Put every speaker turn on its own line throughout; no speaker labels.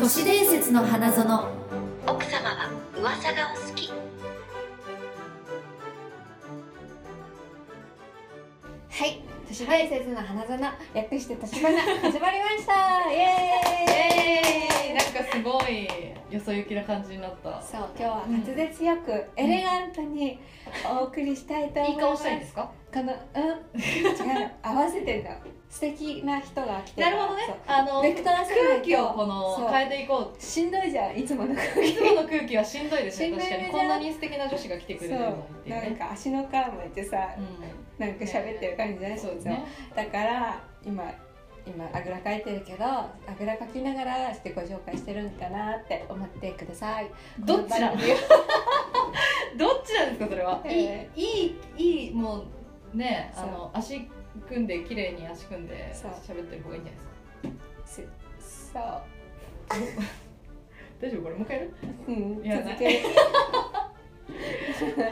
都市伝説の花園
奥様は噂がお好き
はい、都市伝説の花園、略して都 市花、始まりました。イエーイ。
なんかすごいよそ行きな感じになった
そう、今日は滑舌よく、エレガントにお送りしたいと思
い
い
い
ま
顔
す。
したいんですか
この、うん、違う、合わせてんだ。素敵な人が来てる。そう
あの
ベクトラ世代
空
と
気をこの
そう
変えていこ
しんどいじゃん、いつもの空
うい
気。
つもの空気はしんどいですね
しんどい
確
ね
かにこんなに素敵な女子が来てくれ
そ
てるのにっていう
う、なん
ね
か足の皮むいてさ、なんか喋ってる感じだ
うん
ね。
そうですね
だから今今あぐらかいてるけどあぐらかきながらしてご紹介してるんかなって思ってください
どっちなの
この番組は
どっちなんですかそれは、
え
いいいいいいもうね
そう
あの足組んで綺麗に足組んで
そう
喋ってる方がいいんじゃないですか
そ
大丈夫これもう一回やる
う、うん、
いや
続ける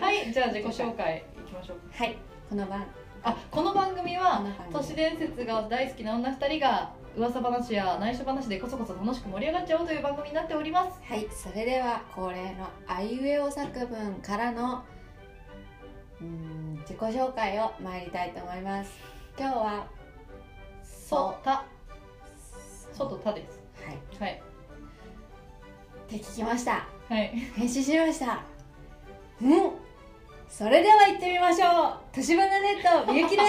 はいじゃあ自己紹介いきましょう
はいこの番
あこの番組
こ
は
の番
都
組
市伝説が大好きな女2人が噂話や内緒話でこそこそ楽しく盛り上がっちゃおうという番組になっております
はいそれでは恒例のあいうえお作文からのうーん自己紹介を参りたいと思います今日は
そたそとたです
はいっ
はい
て聞きま した
はい
編集しましたうんそれでは行ってみましょう年花ネットみゆきです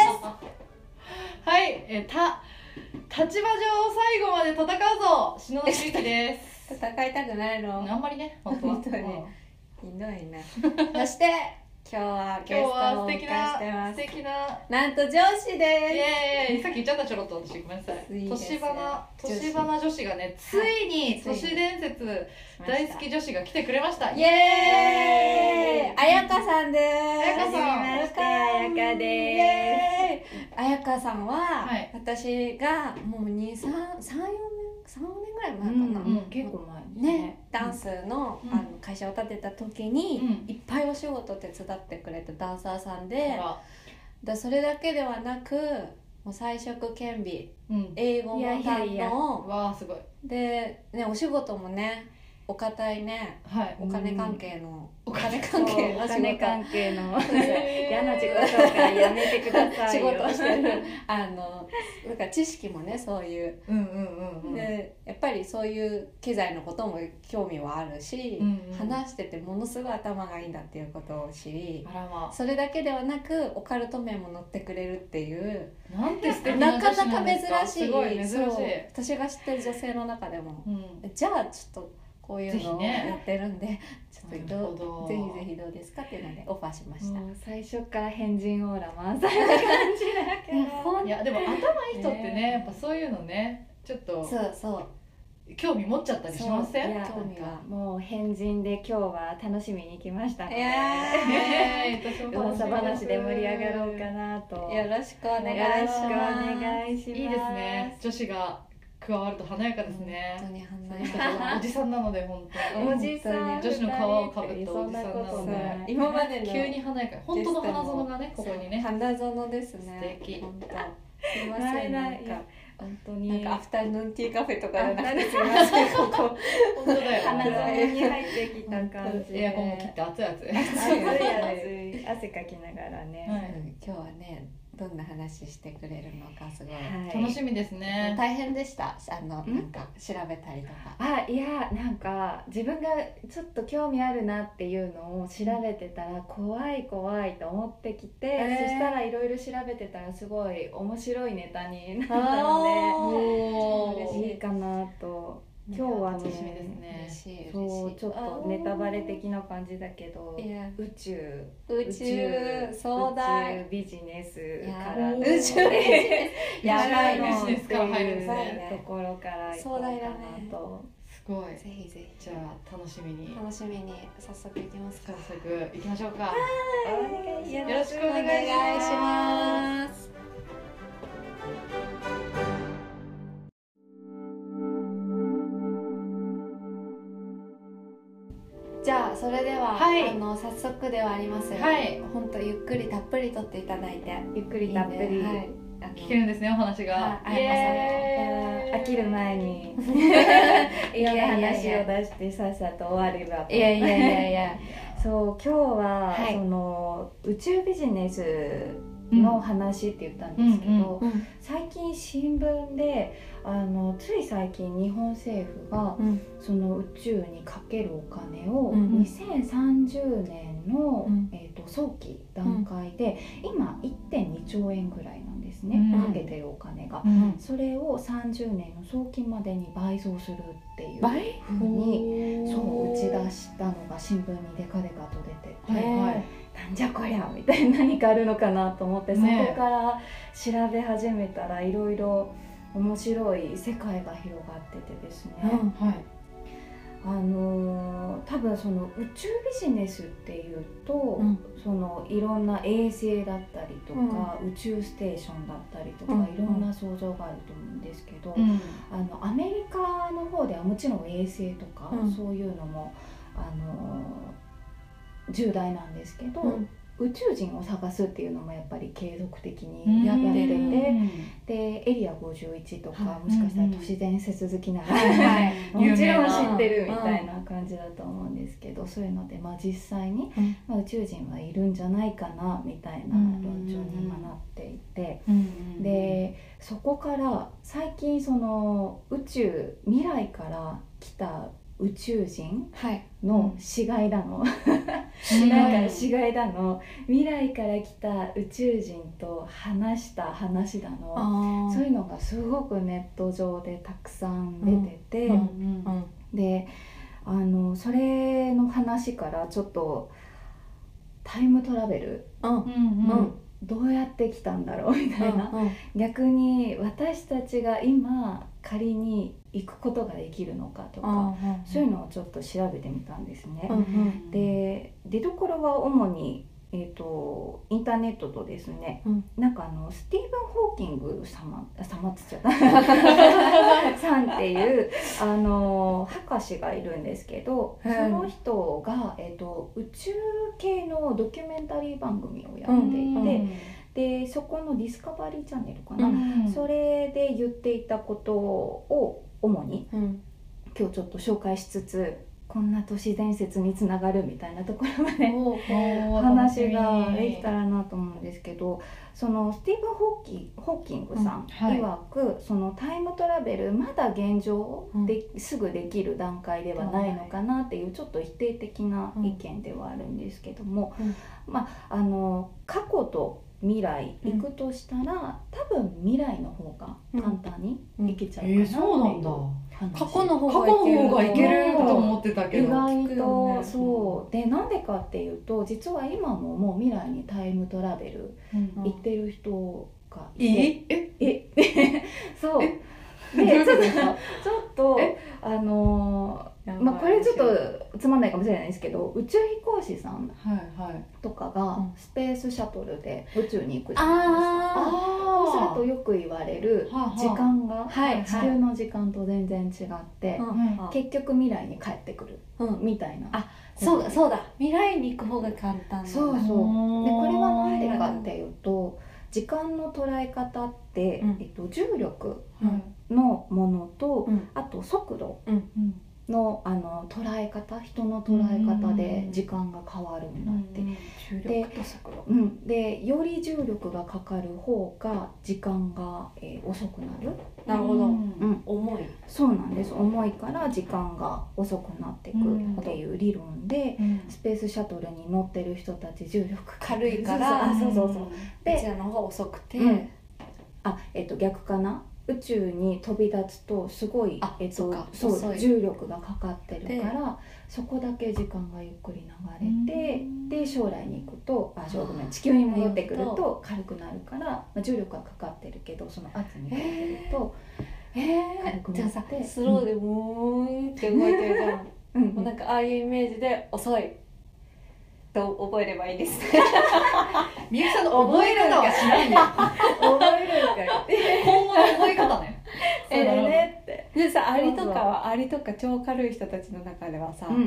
はいえーた立場上最後まで戦うぞ篠田ゆきです
戦いたくないの
あんまりね本当は
本当に
うん
ひどいなそして今日はゲ
今日
スト
は
をお
素
迎え
敵
して
な
ま
素
す
敵な
なんと上司
イ
で
エーイさっき言っちゃったちょろっと私ごめんなさい
いいですよ
年花
女子
年花女子がねついに
つ
都
いに
市伝説
す
大好き女子が来てくれました
イエーイあやかさんです
あやかさん
はじめましてあやかですあやかさんは、
はい
私がもう2 3 3 4年3 4年ぐらい前かな、
前
ね、ダンスの,、
うん
あの会社を建てた時に、
うん
いっぱいお仕事手伝ってくれたダンサーさんで
あ
だそれだけではなくもう彩色兼備
らうん
英語も堪能
いやいやいや
わあすごい
で、ね、お仕事もねお堅いね
はい
お金関係の、
うん
お金関係の
お
仕
金
事
関係の
へー
嫌な自己紹介やめてください
仕
よ
事をしてるあのなんか知識もねそういう、
うんうんうんうん
でやっぱりそういう経済のことも興味はあるし、
うんうん
話しててものすごい頭がいいんだっていうことを知り
あらま
それだけではなくオカルト面も載ってくれるっていう
あなんて素敵
なかなか
女子んです
珍しい
すごい珍しい
そう私が知ってる女性の中でも
うん
じゃあちょっとこういうのを
ぜひね
やってるんで、ちょっと
なる
ど
ほど
うぜひぜひどうですかっていうのでオファーしました、
もう最初から変人オーラ満載な感じだけ
いやほん
いやでも頭いい人ってね
ね
やっぱそういうのねちょっと
そうそう
興味持っちゃったりしませ
そ
ん
ういや
興味が
どもう変人で今日は楽しみに来ました
いや
ねえ私も楽し
噂
みです
話で盛り上がろうかなと
ーよろしくお願い
よろ
し
しくお
ます
願いします
いいですね女子が加わると華やかです
本
ね
当に華
そ
や
の人
かだ
はおじさんなので本当に
おじさん
本当
に女子の皮を被った
そんなことな
お
い
今までの
急に華やか本当の花園がねここにね
花園ですね
素敵
本当すいません
な
ないん
ない
か
本当
なん
に
かアフタヌーンティーカフェとかじゃなく
あ
て
なん
すいませんここ
本当だよ
花
園
園に入ってきた感じで
エアコンも切って熱い熱い
暑い暑い汗かきながら
は
ね、
い
うん今日はねどんな話してくれるのかすごい、
はい
楽しみですね。
大変でしたあの
ん
なんか調べたりとか
あいやなんか自分がちょっと興味あるなっていうのを調べてたら怖い怖いと思ってきて、
えー
そしたらいろいろ調べてたらすごい面白いネタになった
あ
の
お
で
ー
いいかなと今日はね
楽しみですね
嬉。しい嬉しい
そうちょっとネタバレ的な感じだけ
あ
ど
ーいや
宇宙
宇宙壮大
宇宙ビジネス
や
か
ば
ら
い
の
宇宙でやばい
宇宙
の
の
ビジネスから入るんです
ね
っていうところからいこうかなと、
すごい。
ぜひぜひ
じゃあ楽しみに
楽しみに早速いきますか
早速行きましょうか。
お願いします
よろしくお願いし
ます。じゃあそれでは、
はい
あの早速ではありますが、
はい
本当ゆっくりたっぷりとっていただいて
ゆっくりたっぷり
いいねはい、あの
聞けるんですねお話が。
はいあやかさんと
イエーイ
飽きる前にいろんな話を出してさっさと終わればと
いやいやいやいや
そう今日は、
はい
その宇宙ビジネスの話って言ったんですけど、
うんうん
うん
最近新聞であのつい最近日本政府が
うん
その宇宙にかけるお金を
うんうん
2030年の、
うん
えー、と早期段階で、今1.2兆円ぐらいなんですね、
うん
かけてるお金が。
うん
それを30年の早期までに倍増するっていう
倍
ふうにそう打ち出したのが新聞にデカデカと出てて、
はいはい
なんじゃこりゃみたいな何かあるのかなと思って、
ね
そこから調べ始めたらいろいろ面白い世界が広がっててですね、
はい
あのー多分その宇宙ビジネスっていうと、
ん
そのいろんな衛星だったりとか、宇宙ステーションだったりとか、
うん
いろんな想像があると思うんですけど、
うん
あのアメリカの方ではもちろん衛星とか、
うん
そういうのも、あのー重大なんですけど、宇宙人を探すっていうのもやっぱり継続的にやってて、でエリア51とか、
はい
もしかしたら
うんうん
都市伝説好きなら、
はい
も
有
ち
名
ろ
なん
知ってるみたいな感じだと思うんですけど、そういうので、まあ、実際に、
うん
まあ、宇宙人はいるんじゃないかなみたいな
うん
論調に今なっていて、
うん
でそこから最近その宇宙未来から来た宇宙人
はい
の死骸だの、
うん
なんか死骸だの未来から来た宇宙人と話した話だの。
あ
そういうのがすごくネット上でたくさん出てて、
うんうん
うん
であのそれの話からちょっとタイムトラベル
うん
うん
う
うんん
どうやって来たんだろうみたいな、
うん
逆に私たちが今仮に行くことができるのかとか、そういうのをちょっと調べてみたんですね。
うんうん
で出どころは主に、えー、とインターネットとですね、
うん
なんかあのスティーブン・ホーキング様あ様っつっちゃったさんっていうあの博士がいるんですけど、
はい
その人が、えー、と宇宙系のドキュメンタリー番組をやっていて、でそこの「ディスカバリーチャンネル」かな、
うん
それで言っていたことを主に
うん
今日ちょっと紹介しつつこんな都市伝説につながるみたいなところまで
お
おー
話ができた
楽
らなと思うんですけどそのスティーブン・ホーキホーキングさん
うんはい
曰く、そのタイムトラベルまだ現状で、すぐできる段階ではないのかなっていうちょっと否定的な意見ではあるんですけども、
うん
まああの過去と未来行くとしたら、多分未来の方が簡単に行けちゃう
し
か
み
な
えーそうなんだ
話
過去の方
過
がい
去
け
の方がいける
る
と思ってたけ
意
ど
外
聞く
と、
よね
そうでなんでかっていうと実は今ももう未来にタイムトラベル
うん
行ってる人が
い
て
いえ
そう
え
でち
ど
ょ
うい
っと
うことですか
ちょっと
え
あのーまあこれちょっとつまんないかもしれないですけど宇宙飛行士さん
はいはい
とかが
うん
スペースシャトルで宇宙に行くじゃないです
あ
かそうすると
う
よく言われる
はあはあ
時間が
はい
地球の時間と全然違って
ーうん
うん
結局未来に帰ってくる
うん
みたいな
あそうだそうだ未来に行く方が簡単なんだ
そうそうでこれは何でかっていうと時間の捉え方って、
うん
えっと、重力
はい
のものと、
うん
あと速度
うん
のあの捉え方人の捉え方で
うん
時間が変わるんだって。うん
重力と速度
でより重力がかかる方が時間が、えー遅くなる、
なるほど
うん
重い
そうなんです重いから時間が遅くなっていくっていう理論で、スペースシャトルに乗ってる人たち重力
軽いから
そうそうそうそう
でこちらの方が遅くて、
うんあえっと逆かな宇宙に飛び立つとすごい
あ
えっと
そっか
そう
遅い
重力がかかってるからそこだけ時間がゆっくり流れて、で将来に行くとあじゃあごめん地球に戻ってくると軽くなるから、まあ、重力がかかってるけどその圧にかかってると、
え
軽く
ー、じゃ
な
あ
って
さスローでボーンって動いてるじゃん、
うん
もうなんかああいうイメージで遅いと覚えればいいですね
みゆきさんの覚え方はしないよ
覚えるんかい
今後の覚え方ね
そうだねって、
でさアリとかはアリとか超軽い人たちの中ではさ、
うんうん、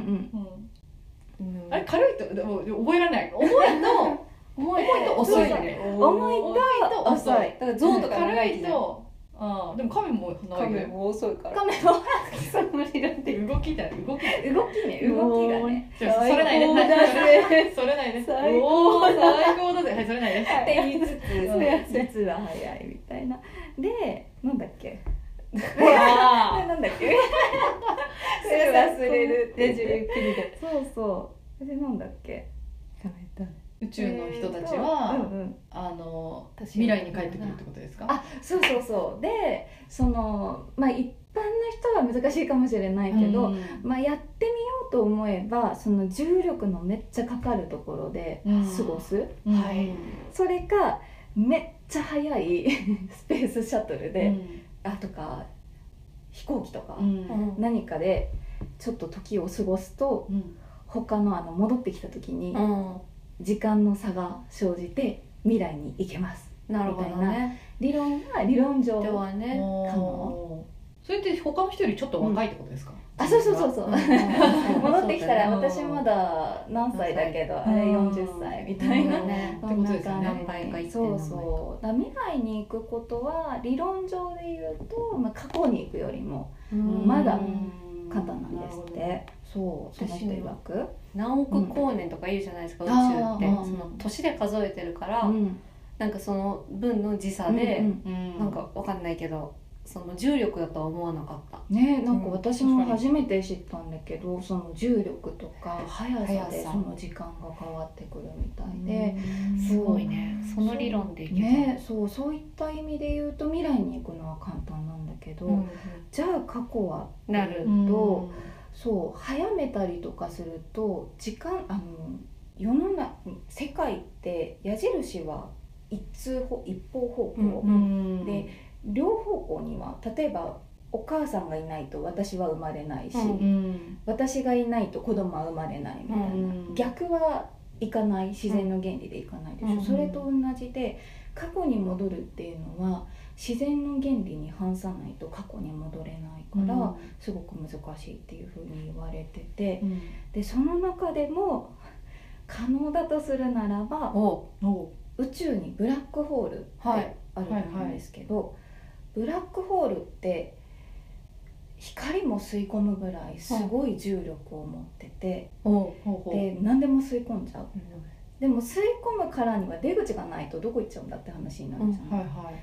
うん
あれ軽いとでも覚えられない重いと
重い
重いと遅いね
重いと
重いと遅
遅い
い
だから象とか長
軽
い
いとああでも亀も
カ
鼻
メ
毛
も遅いからカメはそのになってる
動きだよ動きだよ
動きね動きがね
ちょそれないで、
最高
は
だ
い、それないで
最
おー最高だぜはいそれないで
って言いつ
うん
つ実は早いみたいなでなんだっけ
ほら
なんだっけすぐ忘れるって言ってそうそうでなんだっけ
宇宙の人たちは、
うんうん、
あの
確かに
未来に帰ってくるってことですか
あそうそうそうでそのまあ一般の人は難しいかもしれないけど、まあ、やってみようと思えばその重力のめっちゃかかるところで
うん
過ごす、
は
はいそれかめっちゃ速い スペースシャトルで、あとか飛行機とか、
うん
何かでちょっと時を過ごすと
うん
他のあの戻ってきた時に
うん
時間の差が生じて未来に行けます
なるほどね
理論は理論上
ではね
可能
それって他の人よりちょっと若いってことですか、
あそうそうそうそう戻
戻
ってきたら
そうだね
私まだ何歳だけどあ
何
れ
歳
40歳みたいな
ね
ってことですよね
そんな感じ
何倍か行って
そう
何
そうだから未来に行くことは理論上で言うと、まあ、過去に行くよりもまだ簡単なんですってそうその人曰く
何億光年とか言うじゃないですか、
うん
宇宙って
あー
その年で数えてるから、
うん
なんかその分の時差で、
うん
な
なんかわかんないけどその重力だとは思わなかった
ねなんか
うん
私も初めて知ったんだけど、その重力とか速さで
速さ
その時間が変わってくるみたいで、
です
ごい
ねその理論でいけた
ねそうそういった意味で言うと未来に行くのは簡単なんだけど、
うんうん
じゃあ過去は
なる、
とそう早めたりとかすると時間あの世の中世界って矢印は一通方一方方向、
うん
うん
で両方向には例えばお母さんがいないと私は生まれないし、
うん
うん
私がいないと子供は生まれないみたいな、
うん
逆はいかない自然の原理でいかないでし
う
ょ、
ん
それと同じで過去に戻るっていうのは自然の原理に反さないと過去に戻れないから、すごく難しいっていうふうに言われてて
うん
でその中でも可能だとするならば
お
お
宇宙にブラックホールって
はい
あると思うんですけど、ブラックホールって光も吸い込むぐらいすごい重力を持ってて、
おほうほう
で何でも吸い込んじゃうでも吸い込むからには出口がないとどこ行っちゃうんだって話になるじゃない、
はいはい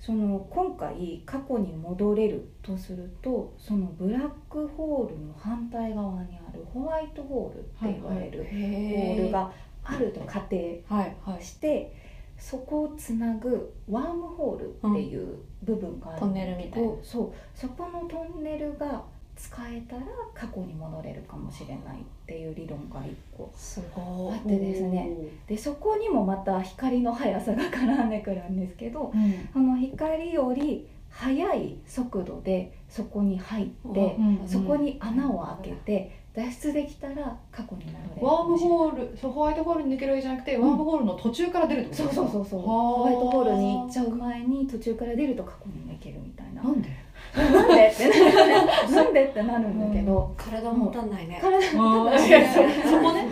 その今回過去に戻れるとするとそのブラックホールの反対側にあるホワイトホールって言われるホールがあると仮定
はいは
してそこをつなぐワームホールっていう部分があるんだけど
トンネルみたいな
そうそこのトンネルが使えたら過去に戻れるかもしれないっていう理論が1個
すご
あってですねでそこにもまた光の速さが絡んでくるんですけど
うん
その光より速い速度でそこに入って
うんうん
そこに穴を開けて脱出できたら過去に戻れる
ワーム
ール
ホールそうホワイトホールに抜けるわけじゃなくて、
ん
ワームホールの途中から出るってこと
そうそうそうそう
はあ
ホワイトホールに行っちゃう前に途中から出ると過去にも行けるみたいな
なんで
なんでって なるなんでってなるんだけど
体もたんないね
体
そ
多分死ぬ
こね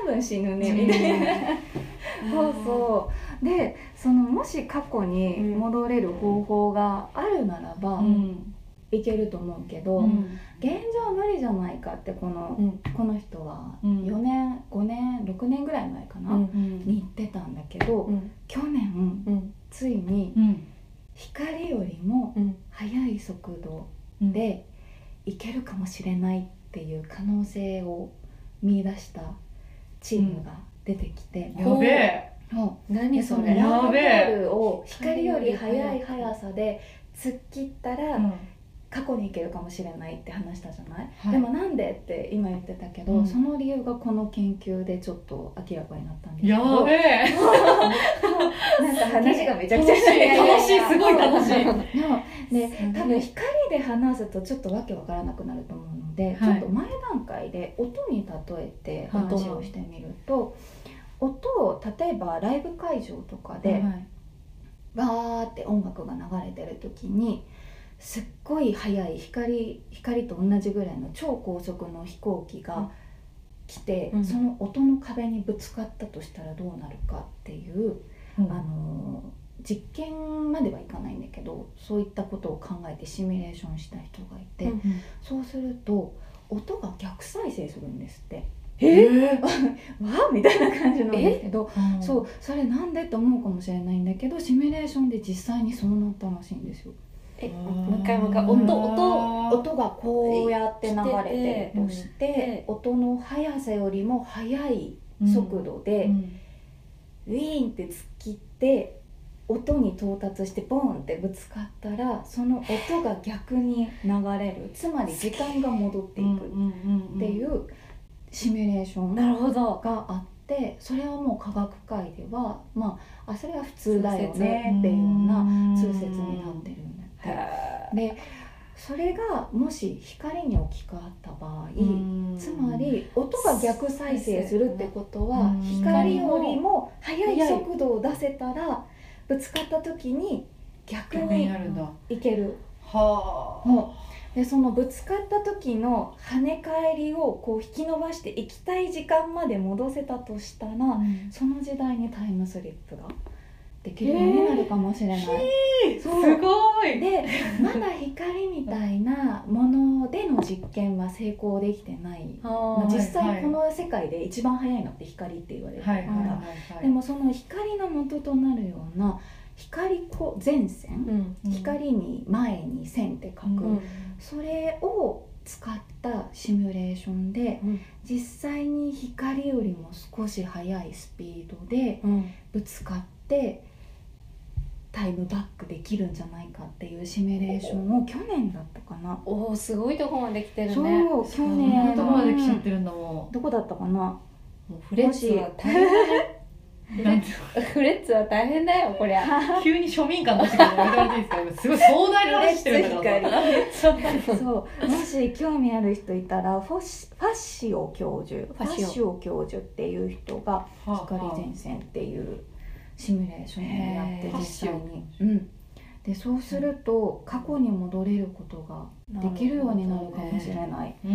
多分死ぬねみたいなそうそうでそのもし過去に戻れる方法があるならば、
うん
いけると思うけど、
うん
現状無理じゃないかってこの,、
うん
この人は
うん
4年5年6年ぐらい前かな、
うん
うん
に言ってたんだけど、
うん
去年
うん
ついに
うん
光よりも
うん
速い速度で行けるかもしれないっていう可能性を見出したチームが出てきて、
やべえ
もう
何
で
そ
その
れ
ラ
や
ー
べえ
ボールを光より速い速さで突っ切ったら過去に行けるかもしれないって話したじゃない、
はい
でもなんでって今言ってたけど、
うん
その理由がこの研究でちょっと明らかになったんですけ
や
ど
べえ
なんか話がめちゃくち
楽
ゃ
しい楽しいすごい楽しい
で多分光で話すとちょっとわけわからなくなると思うの
は
で、
い
ちょっと前段階で音に例えて話をしてみると、音を例えばライブ会場とかで、わーって音楽が流れてる時にすっごい速い光光と同じぐらいの超高速の飛行機が来て、
うん
その音の壁にぶつかったとしたらどうなるかっていう、あのー実験まではいかないんだけどそういったことを考えてシミュレーションした人がいて、
うん
そうすると音が逆再生するんですって。
え
わあみたいな感じなんですけど
ー
そうそれなんでと思うかもしれないんだけどシミュレーションで実際にそうなったらしいんですよ
え
うん
もう一回もう一回音音
音がこうやって流れてるとして
で
音の速さよりも速い速度で、
うん
ウィーンって突っ切って音に到達してボンってぶつかったらその音が逆に流れるつまり時間が戻っていくっていうシミュレーション
なるほど
があってそれはもう科学界ではまああそれは普通だよねっていうような通説になってるんだって。でそれがもし光に置き換わった場合、つまり音が逆再生するってことは
うん
光よりも速い
速い
速度を出せたらぶつかった時に逆
逆に
に
なるんだ。
いける
はあ。
もうでそのぶつかった時の跳ね返りをこう引き伸ばして行きたい時間まで戻せたとしたらその時代にタイムスリップができるようになるかもしれない。
す
そう
ごい。
でまだ光みたいなものでの実験は成功できてない、ま
ー
あ、実際
はい
この世界で一番速いのって光って言われてるか
は
ら、
いはいはいはい。
でもその光の元となるような光子前線、
ん
うん
光に前に線って書く、
うん
それを使ったシミュレーションで、
うん
実際に光よりも少し速いスピードで
うん
ぶつかってタイムバックできるんじゃないかっていうシミュレーションを去年だったかな、
おおすごいとこまで来てるね
そう去
こん
年
なとこまで来ちゃってるんだも
どこだったかな
もうフレッツは大変だよ
ん。なんて
フレッツは大変だよこりゃ
急に庶民感出してくるのやめてもらっていいですか。すごい壮大な話してるんだから。
そうもし興味ある人いたらフォシファッシオ教授フ
フ
ァ
ァ
ッ
ッシオ
シオ教授っていう人が
はあ
光
はあ
前線っていうシミュレーションをやって
へー
実際に、うん、でそうすると過去に戻れることができるようになるかもしれない。
うー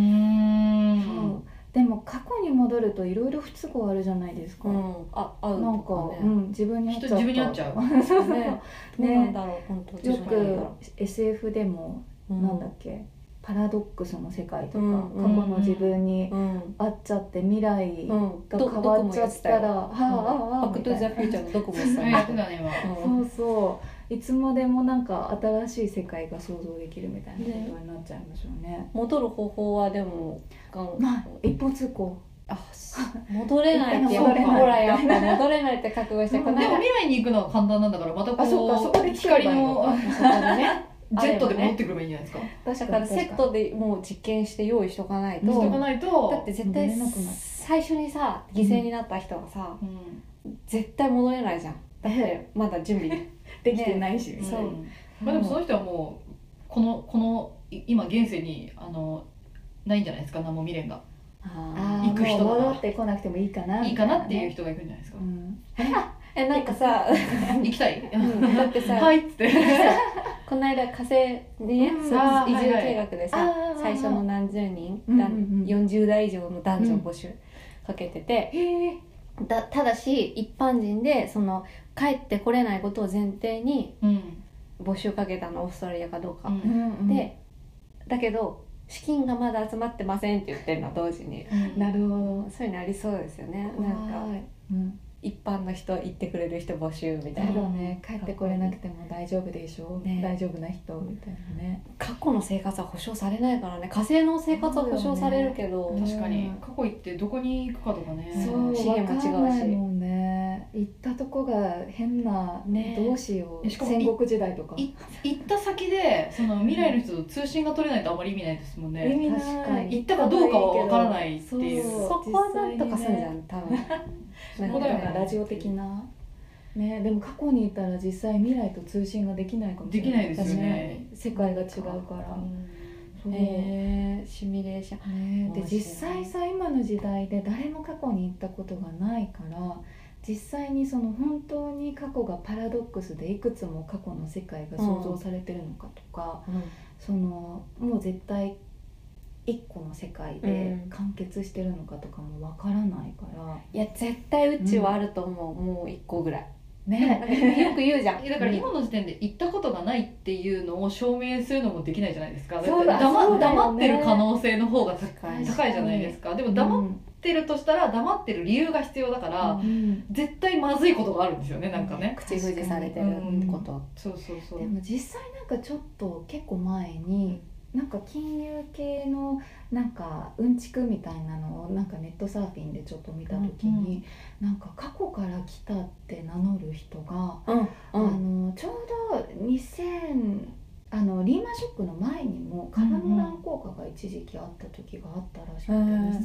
ん。
そうでも過去に戻るといろいろ不都合あるじゃないですか、
うんあ合う
なんか、う
ね
ん、自分に合っちゃった
人自分に合っちゃう
そうそうそう
ねどうなんだろう本当
よ
自分に合っ
く SF でも、
うん
なんだっけパラドックスの世界とか、
うんうん
過去の自分に
うん
合っちゃって未来
う
が
ん
変わっちゃったら、
バ
はあはあはあ
ック
み
ト
た
ゥ
い
ザ
な
フューチャーのどこもやって
あやって
た
たね 今。
うん
そうそういつまでもなんか新しい世界が想像できるみたいなことになっちゃいますよね
戻る方法はでもがん
まあ一方通行
あす戻れないってやっ
戻
ぱ
れない
ほらやっぱ戻れないって覚悟してこ
うん
な
で
い
も未来に行くのは簡単なんだからまた
あそうかそ
こ
こ
う
で来ればいい
光
の
の
か
ジ
だからね
ェットで持ってくればいいんじゃないですか。
確
だからセットでもう実験して用意しとかないと
しとかないと。
だって絶対
戻れなくなる
最初にさ犠牲になった人はさ
うん。
絶対戻れないじゃんだってまだ準備
できてないし、
そう
うんまあでもその人はもうこのこのい今現世にあのないんじゃないですか何も未練が
あ
あ
ー
ー
行く人とか
もう戻ってこなくてもいいかない
いかなっていう、人が行くんじゃないですか
う、ん、
えなんかさ、
行きたい、
うんだってさ、
はいっつって
この間火星にね、
うん
そう
あー
移住
はいはい
計画でさ、
あー
最初の何十人、
うん
だ
うんうん
40代以上の男女募集かけてて、
へえ
だただし一般人でその帰ってこれないことを前提に
うん
募集かけたのオーストラリアかどうか、
うん
でだけど資金がまだ集まってませんって言ってるの同時に
なるほ
そういうのありそうですよね
ど
なんか
うん、
一般の人行ってくれる人募集みた
だ
いな
ろうね帰ってこれなくても大丈夫でしょう、
ね
大丈夫な人みたいなね
過去の生活は保証されないからね火星の生活は保証されるけど、
そうだよね
確かに過去行ってどこに行くかとかね
そう
資源も違
分
うし
かんないもんね行ったとこが変な、
ね
どうしよう
しかも
戦国時代とか
い行った先でその未来の人と通信が取れないとあまり意味ないですもんね
味ない
確かに
行ったかどうかは分からないっていう
そう
そこはなんとかすんじゃん、多分な
な
んん
か
か
ね
ね
ラジオ的なねでも過去にいたら実際未来と通信ができないかもしれない
できないですよね
確かに世界が違うからそ うね
へえシミュレーション面
で
白い
実際さ今の時代で誰も過去に行ったことがないから実際にその本当に過去がパラドックスでいくつも過去の世界が想像されてるのかとか、そのもう絶対一個の世界で完結してるのかとかもわからないから、
いや絶対うちはあると思う、もう一個ぐらい
ねよく言うじゃん
えだから今の時点で行ったことがないっていうのを証明するのもできないじゃないですか
そうだ
って黙
そうだよね
黙ってる可能性の方が高
確かに
高いじゃないですかでも黙ってるとしたら黙ってる理由が必要だから、
うん
絶対まずいことがあるんですよねなんかね、
口封じされてること
そうそうそう
でも実際なんかちょっと結構前になんか金融系のなんかうんちくみたいなのをなんかネットサーフィンでちょっと見た時に、なんか過去から来たって名乗る人が、
うんう
あ
ん
のちょうど2000あのリーマンショックの前にも株の乱高下が一時期あった時があったらしくて、
うん
2003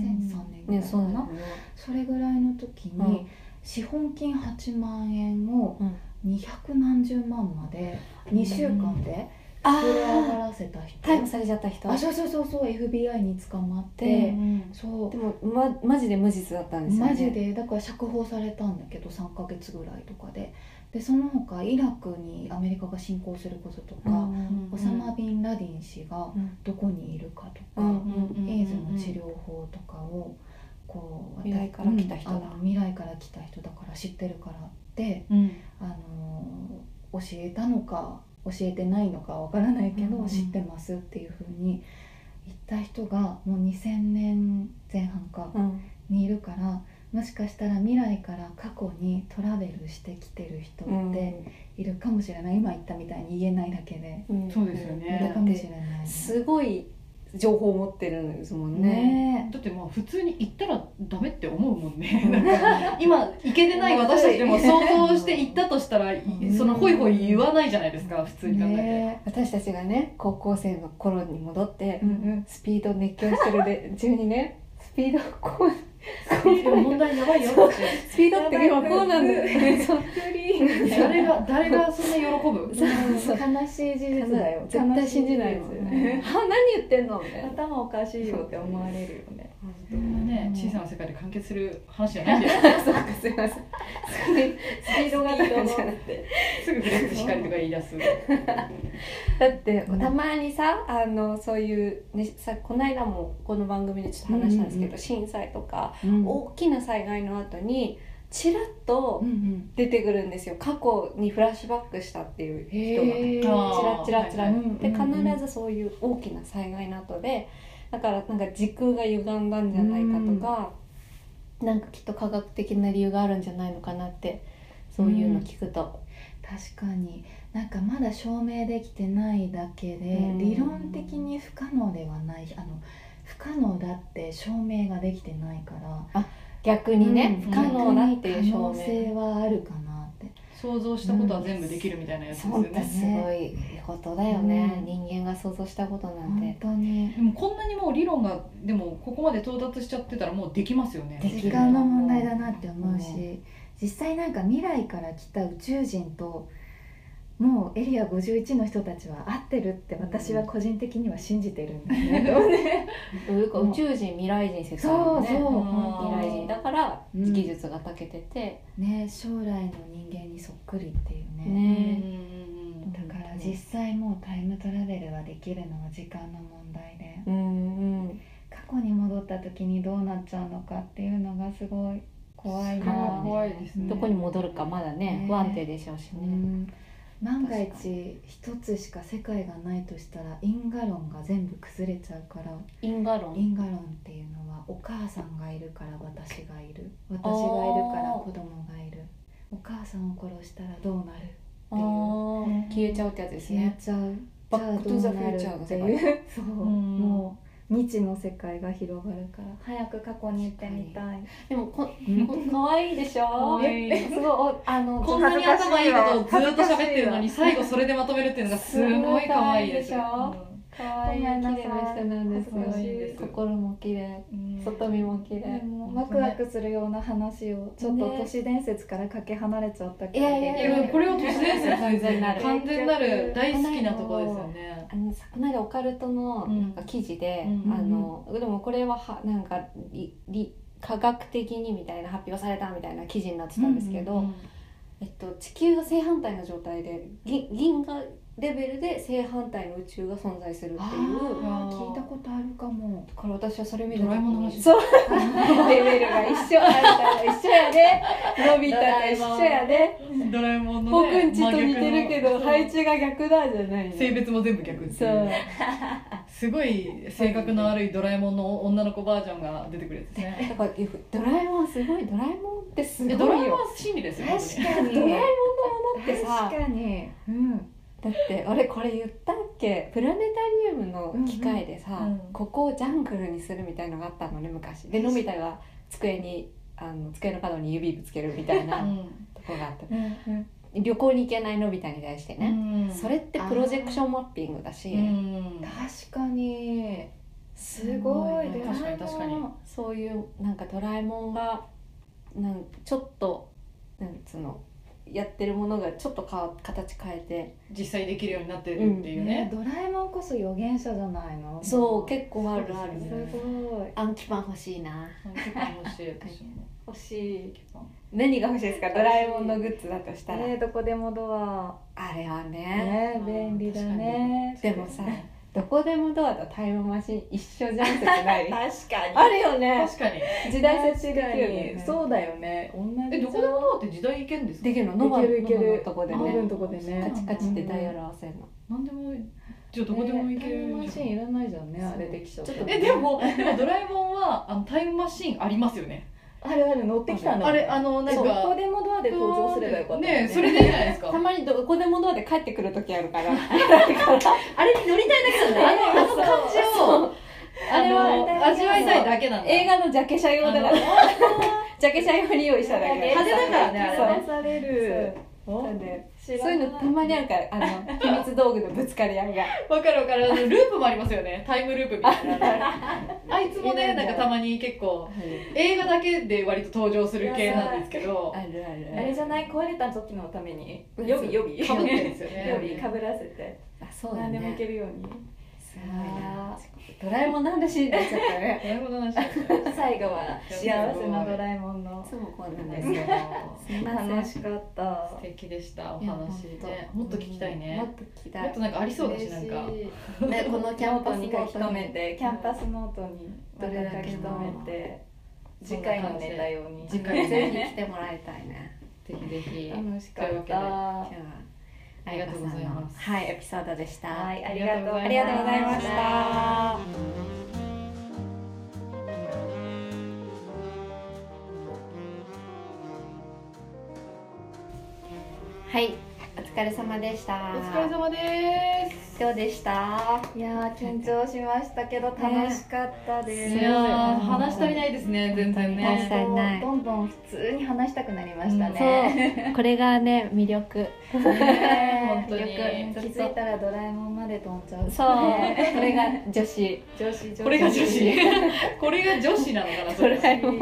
年ぐら
ね
いか
そう
な、
なの
それぐらいの時に、
うん
資本金8万円を
うん
二百何十万まで2週間で
あ
膨れ上がらせた人、
逮捕されちゃった人
あそうそうそうそう FBI に捕まって、
うん
そう
でもまマジで無実だったんですよね
マジでだから釈放されたんだけど3ヶ月ぐらいとかででその他イラクにアメリカが侵攻することと
う
か、
ん
オサマ・ビン・ラディン氏が
うん
どこにいるかとか、
うん
エイズの治療法とかをこう
未来から来た人だ
うんあの未来から来た人だから知ってるからって
うん
あの教えたのか教えてないのかわからないけど、
うんうん
知ってますっていうふうに言った人がもう2000年前半か
うん
にいるからもしかしたら未来から過去にトラベルしてきてる人
うん
っているかもしれない、今言ったみたいに言えないだけで
うん
そうですよね
いるかもしれないね。
すごい情報を持ってるんですもんね
ね
だってまあ普通に行ったらダメって思うもんねなんか今行けてない私たちでも想像して行ったとしたらい
うん
そのホイホイ言わないじゃないですか普通に考えて、
ね
私たちがね高校生の頃に戻って、
うんうん
スピード熱狂してる で中にねスピードこう
でも問題やばいよって
スピードって今こうなんだよねそう
誰が誰がそんな喜 ぶ
悲しい事実だよ
絶対信じないですよねあ何言ってんのみたいな
頭おかしいよって思われるよね
ね小さな世界で完結する話じゃないんだよ
そうかすいません スピードが高いじゃなくて
すぐフレックス光とか言い出す
だってたまにさあのそういう、ね、さこの間もこの番組でちょっと話したんですけど、
うんうん
震災とか
うん
大きな災害の後にちらっと
うん
出てくるんですよ過去にフラッシュバックしたっていう人が。
へ
あ
ー
ー
チラッチラッチラッ
はいはい
で
うんうんうん
必ずそういう大きな災害の後でだからなんか時空が歪んだんじゃないかとか、なんかきっと科学的な理由があるんじゃないのかなってそういうの聞くと、
確かになんかまだ証明できてないだけで、
うん
理論的に不可能ではないあの不可能だって証明ができてないから
逆にね、
うん
不可能だっていう
可
証
能性
明
はあるかなって
想像したことは全部できるみたいなやつですよ
そうだ
ね
すごいことだよね、
うん
人間が想像したことなん
本
て、
当に
でもこんなにもう理論がでもここまで到達しちゃってたらもうできますよね
できる
時間の問題だなって思うし、実際なんか未来から来た宇宙人ともうエリア51の人たちは合ってるって私は個人的には信じてるんだけどね、
というか宇宙人未来人説ある
そ
よ
う
ね
そう、
うん
本当
未
に
来人だから
うん
技術が長けてて、
ね将来の人間にそっくりっていうね
うん
ね
うん
だから実際もうタイムトラベルはできるのは時間の問題で
うんうん
過去に戻った時にどうなっちゃうのかっていうのがすごい怖いな
あー
怖いですね
うん
どこに戻るかまだね
ね
不安定でしょうし
う
ね、
ん万が一一つしか世界がないとしたら因果論が全部崩れちゃうから
因果論
因果論っていうのはお母さんがいるから私がいる私がいるから子供がいるお母さんを殺したらどうなる
あー消えちゃうってやつです
消え
ね
ちゃうじ
バ
ゃあ
ック
ど
トゥ
う
ザ
なる
フューチャーの
って
世界
いうそう
うん
もう未知の世界が広がるから早く過去に行ってみたい
でもこ可愛いでしょ
可愛い
すごいおあの
こんなに
恥ず
頭いいことをずっと喋ってるのに最後それでまとめるっていうのがすごい可愛いです
すごい可愛いで可愛い
ご
綺麗
め
な
んなさい
人なんです
恥ずか
しいです
心も綺麗
うん
外見も綺麗
でもワクワクするような話をちょっと
ね
都市伝説からかけ離れちゃったけど
いやいや
いやこれを都市伝説
完全なる
完全なる大好きなところですよね
あのさこの間オカルトの
うん
なんか記事で、
うん
あのでもこれははなんかりり科学的にみたいな発表されたみたいな記事になってたんですけど、
うん
えっと、地球が正反対の状態で銀銀河レベルで正反対の宇宙が存在するっていう
あー聞いたことあるかもも
から私はそれ見て
ドラえもんの話
そう
うレベルが一緒あなたが一緒やでのび太が一緒やで
ドラえもんの、
僕
ね、
んちと似てるけど
真逆の
配置が逆だじゃない
性別も全部逆って
そ
いう
う
すごい性格の悪いドラえもんの女の子バージョンが出てくるやつですね
だからドラえもんすごいドラえもんってすご
え
い
ドラえも
よ
んは心理ですよ本
確
当に
かに
ドラえもんのものってさ
確かにうん
だって俺これ言ったっけプラネタリウムの機械でさ、
うんうん
ここをジャングルにするみたいのがあったのね昔でのび太が机にあの机の角に指ぶつけるみたいなとこがあって
うん
旅行に行けないのび太に対して
う
ね、
ん、うん
それってプロジェクションマッピングだし、
うん
確かにすごい
うん
ドラえもん
確かに確かに
そういうなんかドラえもんがなんちょっとなんつうのやってるものがちょっとか形変えて
実際できるようになってるっていう
ね
ね、
ドラえもんこそ予言者じゃないの
そう結構あるある、
そうです
す
ね
ごい
アンキパン欲しいな
結構面白いですよね
欲しい
結構
何が欲しいですかドラえもんのグッズだとしたら、
ねどこでもドア
あれはね
ね便利だね
でも さどこでもドアとタイムマシン一緒じゃん説ない
か
あるよね
確かに
時代設定できるよね
そうだよね同
え
じ
どこでもドアって時代いけんですか
できるのノ
い
バ
けるいけ
ノバ
る
のとこで
ノバ
ね
のとこで
カ
ね
チカチってダイヤル合わせるの、
なんでもじゃあどこでもいけるじゃん
ねタイムマシンいらないじゃんね
そう
あれできちゃった
ちょっと
えでもでもドラえもんはあのタイムマシーンありますよね
あれあれ乗ってきたの
あれあのなん
そうどこ
か
でもドアで登場すればよかった
ねそれでいいじゃない ですか
たまにどこでもドアで帰ってくる時ある から
あれに乗りたいだけなんだあのあの感じをあれは味わいたいだけなんだ
映画のジャケ写用だからジャケ写用に用意しただけ
派手だからねあれは
流される
そう
お
なんで
知
そう
らない
いうのたまにあるからあの 秘密道具のぶつかり合いが
わかるわかるあのループもありますよねタイムループみたいなあいつもねなんかたまに結構映画だけで割と登場する系なんですけど
あるある
あれじゃない壊れた時のために予備予備
かぶってるんですよ
予備
ね
かぶらせて
あそうだ
何でもいけ
ね
るように
すごいなドラえもんなんで死んでちゃったね
ドラえもんの話だよね
最後は幸せなドラえもんの
いつもこうなん
で
ですす
よ
よ
楽しかった
素敵でしたお話
い
ね
や
もっと聞きたい
も
ね
っと聞きた
もっ
い
となんかありそうだしなんか
ねこのキャンパス
ノ
に
ートに書き留めてキャンパスノートにまた書き留めて次回のネタ用に
次
ぜ
回ね
ひ来てもらいたいね
ぜひぜひ
楽しかっ
とい
た
う
今
は
日は
ありがとうございます
はいエピソードでした
いありがとうございます
ありがとうございましたはいお疲れ様でした
お疲れ様です
どうでした
いやー緊張しましたけど楽しかったです、
いやー話し足りないですね全然
話し
ね
足りない
どんどん普通に話したくなりましたね、
そうこれがね魅力
ね本当
うん
に
気づいたらドラえもんまで飛んじゃう
そうこれが女子
女子女子
これが女 子これが女子なのかなそ
ド
れ
ラえもん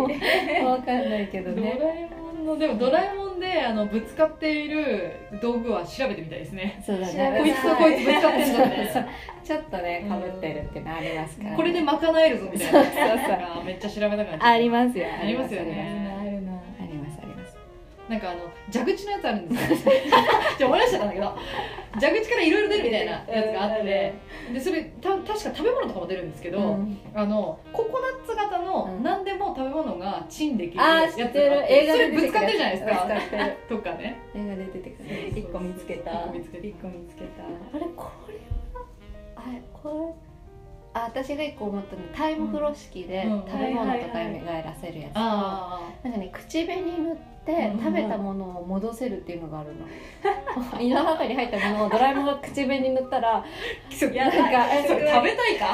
わかんないけど
ドラ
ね
えもんのでもドラえもんであのぶつかっている道具は調べてみたいですね
そうだ
調べ
こ
ね
た
いつとこいつぶつかってるぞみたいな
ちょっとねかぶってるっていうのありますから、ね、
これで賄えるぞみたいな
そうそう
なんかめっちゃ調べたくなっちゃった
ありますよ
ありますよ
あるなあ
ね
るな
ありますあります
なんかあの蛇口のやつあるんですよじゃあ思い出しちゃったんだけど蛇口からいろいろ出るみたいなやつがあってでそれた確か食べ物とかも出るんですけど、
うん
あのココナッツ型の
うん
何でも食べ物がチンできる
あ
や
ー
つ
知
があ
っ
って
る映
てそれ
画で出
ぶ
て
つ
く
かっ
る
てるじゃないです
使
か
ってる
とかね
映画で出てくる
一個見つけ
一
た
個見つけ
一
た
個見つけた
あれこれはあれこれあ私が一個思ったのタイム風呂式で
うん
食べ物とかよみがえらせるやつ、
あ
なんかね口紅塗っ
う
て
ん
食べたものを戻せるっていうのがあるの 胃の中に入ったものをドラえもんが口紅塗ったら
やばい
なんか
あそれ食べたいか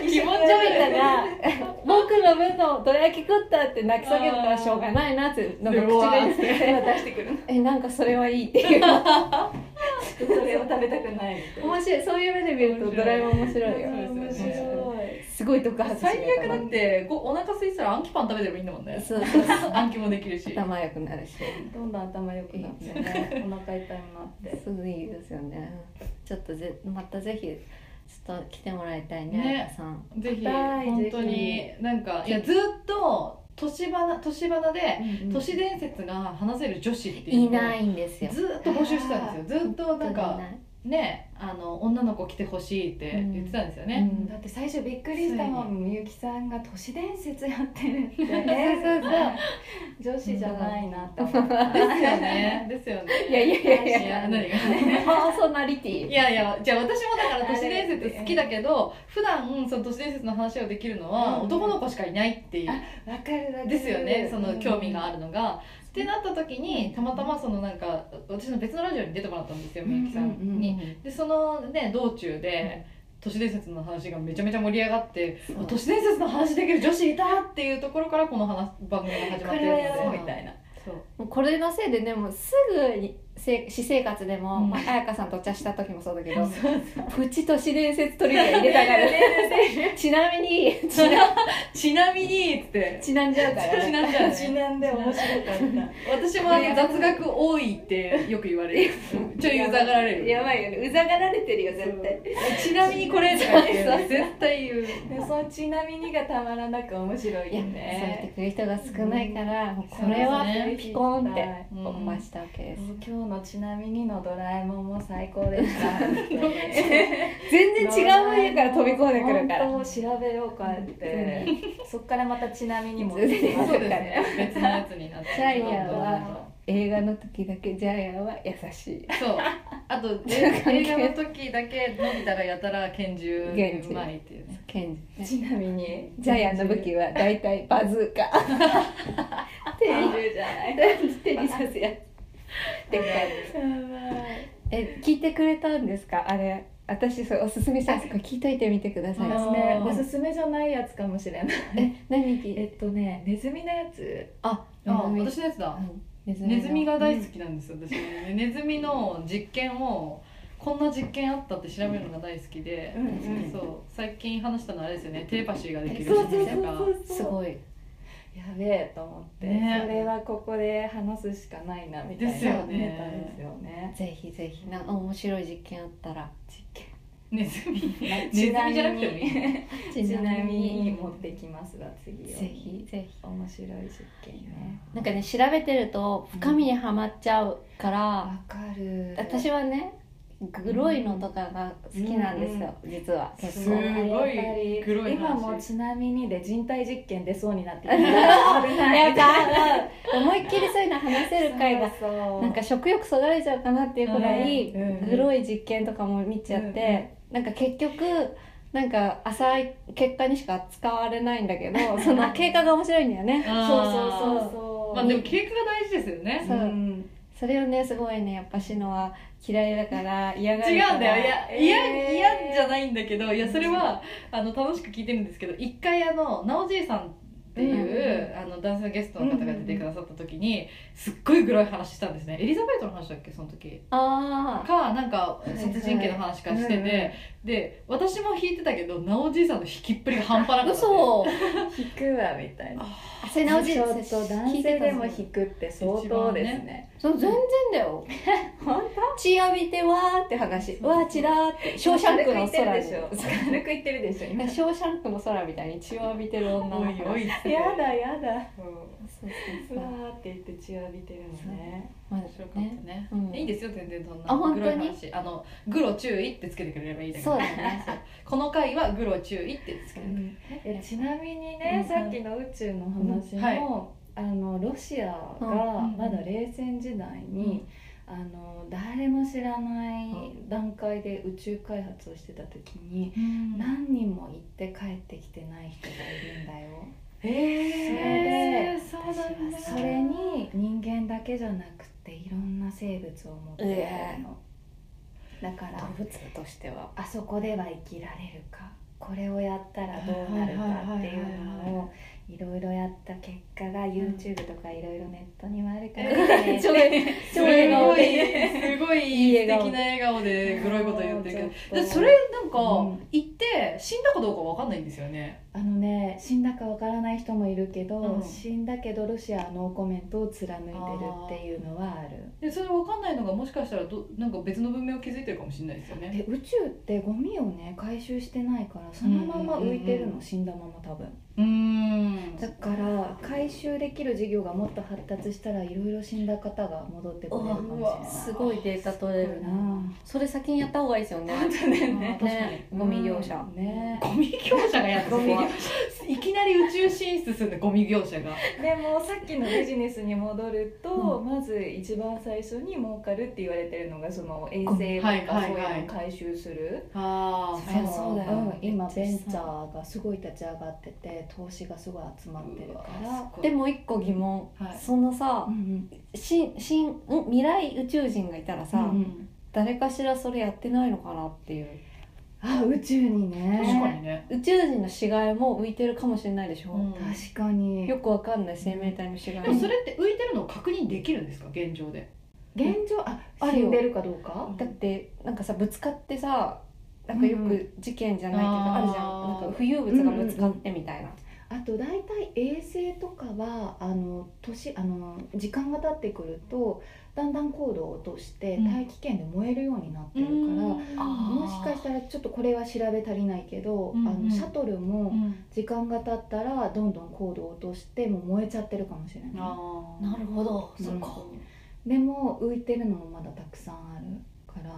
気持ち
食べ
悪い
たら「僕の分のどら焼き食った」って泣き叫んだらしょうがないなってなんか 口紅塗って
出してくるの
えなんかそれはいいっていう
それを食べたくない
面白いそういう目で見るとドラえもん面白いよ
面白い
すごい毒発して
最悪だってごお腹空いてたらアンキパン食べてればいいんだもんね
そうそうそう
アンキもできるし
頭良くなるし
どんどん頭良くなってねお腹痛いなって
すごいいいですよねちょっとぜまたぜひちょっと来てもらいたいね
ね
あやさん
ぜひ
硬い
本当になんかいやずっと年花年花で都市伝説が話せる女子っていう
い
のを
ないんですよ
ずっと募集してたんですよずっとなんか
いない
ねあの女の子来てほしいって言ってたんですよね、
だって最初びっくりしたもんみゆきさんが都市伝説やってるっ
そ
て、
うそう
女子じゃないなって思っ
ですよねですよね
いやいやい やいや
いや何が
パーソナリティ
いやいやじゃあ私もだから都市伝説好きだけど普段その都市伝説の話をできるのは
うん
男の子しかいないっていう、
たわかるわかる
ですよねその興味があるのが。ってなった時にたまたまそのなんか私の別のラジオに出てもらったんですよみゆきさんに。
うんうんうん
でそのね道中で、都市伝説の話がめちゃめちゃ盛り上がって
そう
あ都市伝説の話できる女子いたっていうところからこの話番組が始まってるんです
これは
みたいな。そう
もうこれのせいでねもうすぐにせ私生活でも、
うん
まあ彩香さんとお茶した時もそうだけどプチ都市伝説トリビア入 れたがる ちなみにちな
ちなみにっつって
ちなんじゃうから
ちなんじゃうね
ちなんで面白かっ
私もあの雑学多いってよく言われるちょいうざがられる
やばいよねうざがられてるよ絶対
ちなみにこれとか言って絶対言う
たでそのちなみにがたまらなく面白い
いやそう言っ
よ
て
ね
くる人が少ないから、もうこれは
そうですね
ピコンって
うん
思いしたわけです、
今日のちなみにのドラえもんも最高でした
全然違う分野から飛び込んでくるから
本当調べようかってそっからまたちなみにも
全然
そうですね別のやつになって
ジャイアンは映画の時だけジャイアンは優しい
そうあ と
関係
映画の時だけのび太がやたら拳銃うまいっていうね
ケンジ
ちなみに
ジャイアンの武器は大体バズーカ
手いるじゃない
手に刺すやつでっかい
やばい
え聞いてくれたんですかあれ私それおすすめしたんですか聞いといてみてください
あ
です
あ
ね
ー
おすすめじゃないやつかもしれない
え何聞い
え
て
っとねネズミのやつ
あ
あ私のやつだ
ネズ
ネズミが大好
き
きなんです私ネズミの実験をこんな実験あったって調べるのが大好きで、
うんうん
そう最近話したのはあれですよねテレパシーができる
そうそう
人間とか
すごい
やべえと思って、
ね
それはここで話すしかないなみたいな
ですよね
ネタですよね
ぜひぜひな面白い実験あったら
実験
ネズミネズ
ち
ミじ
な
ゃ
み
なくてもいい
に
ち
ちなみに持ってきますわ次を
ぜひぜひ
面白い実験ね
なんかね調べてると深みにはまっちゃうから、
わかる
私はねグロいのとかが好きなんですよ、実は結
すご
構
い
すごい黒い話
今もちなみにで人体実験出そうになってきた 危な
な
い
んか思いっきりそういうの話せる回が
そうそう
なんか食欲そがれちゃうかなっていうくらい、
うんうん
グロい実験とかも見ちゃって、なんか結局なんか浅い結果にしか使われないんだけどその経過が面白いんだよね
そうそうそう
う
そう
まあでも経過が大事ですよね
そうんそれをねすごいねやっぱシノは嫌いだから嫌が
違
るから
うんだよいやいや
えー
いやじゃないんだけどいやそれはあの楽しく聞いてるんですけど一回あのなおじいさんっていう、あの男性のゲストの方が出てくださった時にすっごいグロい話したんですねエリザベートの話だっけその時
あー
かなんか殺人鬼の話かしてて、で私も弾いてたけどなおじいさんの弾きっぷりが半端なかった
嘘
引くわみたいな
あそれなおじ
ちょっと男性でも引くって相当ですね
そう全然だよ
本
血浴びてわーって話わー血だーってショーシャンクの空
で
で
し
し
ょ
ょ
軽く言ってるでし ょ今
ショーシャンクの空みたいに血を浴びてる女の
お
話
いおいっつって
やだやだ
うん
そうそう
う
そう
わーって言って血浴びてるのね
ま
面白かっ
あ
た
ね
ね
うん
いいですよ全然そんな
あ本
グ
当に
ロい話あのグロ注意ってつけてくれればいいだけ
そうだね
この回はグロ注意ってつけてくれる
いやちなみに
う
ね、
ん
さっきの宇宙の話
うんはい
も、あのロシアが
うん
まだ冷戦時代に、あの誰も知らない段階で宇宙開発をしてた時に、
なん
何人も行って帰ってきてない人がいるんだよ。
えー、そう
私は
なんだ
それに人間だけじゃなくていろんな生物を持っているの、だから
動物としては
あそこでは生きられるかこれをやったらどうなるかっていうのをいろいろやった結果が YouTube とかいろいろネットにはあるから ね
ちょい
す
ち
ご
ょ
い
いの
すごい
いい
素敵
笑顔
な笑顔でグロいこと言ってるけ
も
ど
うちょっと
だってそれなんか
うん
言って死んだかどうかわかんないんですよね
あのね死んだかわからない人もいるけど、
うん
死んだけどロシアはノーコメントを貫いてるっていうのはある
でそれわかんないのがもしかしたらどなんか別の文明を築いてるかもしれないですよね
で宇宙ってゴミをね回収してないからそのまま浮いてるの、
うんうんうん
死んだまま多分
うーんん
だから回収できる事業がもっと発達したらいろいろ死んだ方が戻ってくれるかもしれない
すごいデータ取れる
う
な。
ん
それ先にやった方がいいですよね。
ね
ね、ゴミ業者。
ね
ゴミ業者がやって
ゴミ業
いきなり宇宙進出するんだゴミ業者が
でもさっきのビジネスに戻ると、まず一番最初に儲かるって言われてるのがその衛星と
はいは
か
い
そう
はい
いうのを回収する、
あ
そりゃ
の
そうだよ
ん今ベンチャーがすごい立ち上がってて投資がすごい集まってるから
でも一個疑問。
はい
そのさ
う、ん
しん、しん、ん未来宇宙人がいたらさ、
うん
誰かしらそれやってないのかなっていう。
あ宇宙にね
確かにね、
宇宙人の死骸も浮いてるかもしれないでしょ。
確かに
よくわかんない生命体の死
でもそ
骸。
れって浮いてるのを確認できるんですか現状で
現状あ
ある
死
よ
んでるかどうか
だってなんかさぶつかってさ。なんかよ
う
く事件じゃないけど、あるじゃん
あー
なんか浮遊物がぶつかってみたいな、
あと大体衛星とかはあの年あの時間が経ってくるとだんだん高度を落として
うん
大気圏で燃えるようになってるから、
あ
もしかしたらちょっとこれは調べ足りないけど、
うんうん
あのシャトル
た
も時間が経ったらどんどん高度を落としてもう燃えちゃってるかもしれない
あ
なるほど、
うん
そっか
でも浮いてるのもまだたくさんあるから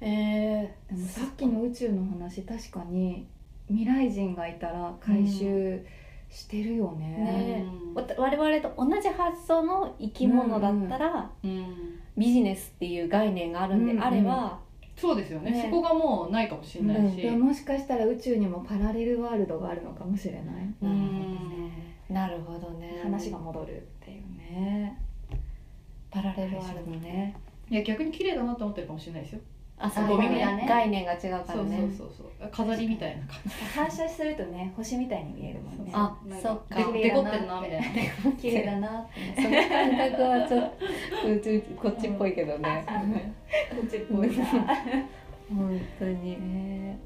え
でもさっきの宇宙の話確かに未来人がいたら回収してるよね。
ねわた我々と同じ発想の生き物だったら、
うん
ビジネスっていう概念があるんであれば、
そうですよね
ね
そこがもうないかもしれないし、
でももしかしたら宇宙にもパラレルワールドがあるのかもしれない、
うん
なるほどね
話が戻るっていうね
パラレルあるのね
いや逆に綺麗だなと思ってるかもしれないですよ、
あそう
ゴミ
ね
だ
ね
概念が違うからね
そうそうそうそう飾りみたいな感じ
反射するとね星みたいに見えるもんね
あそっか
でデコってんなみたいな
綺麗 だなっ
そ
て
の感覚はちょっとうちこっちっぽいけどね
こ っちっぽいな
本当に
ね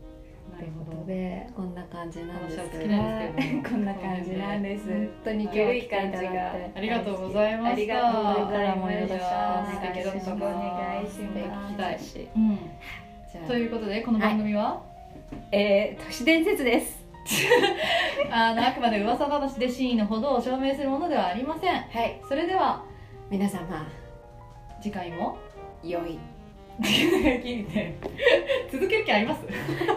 な
とい
る
う
ほ
こと
ど
で
こんな感じなん
話
です
は
が
尽きないですけど
こんな感じなんです
本当に今日
ゆる
来
い
ていただい
感じ
て
が
ありがとうございました
ありがとう
これか
ございま
らもよろしくお
した
願いします
よろしくお願いします
聞きたい
し
うん
じゃあ
ということでこの番組は、
えー、都市伝説です
あのあくまで噂話で真意のほどを証明するものではありません
はい
それでは
皆様
次回も
良い
聞いて続ける気あります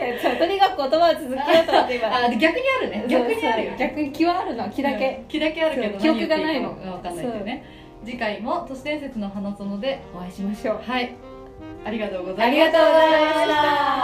えっととにかく言葉は続けようと思って 今
あで逆にあるね逆にあるよね
逆に気はあるの気だけ、
うん気だけあるけど
そう記憶がないの
何言っていいかわかんないですよね次回も都市伝説の花園で
お会いしましょう
はいありがとうございました
ありがとうございました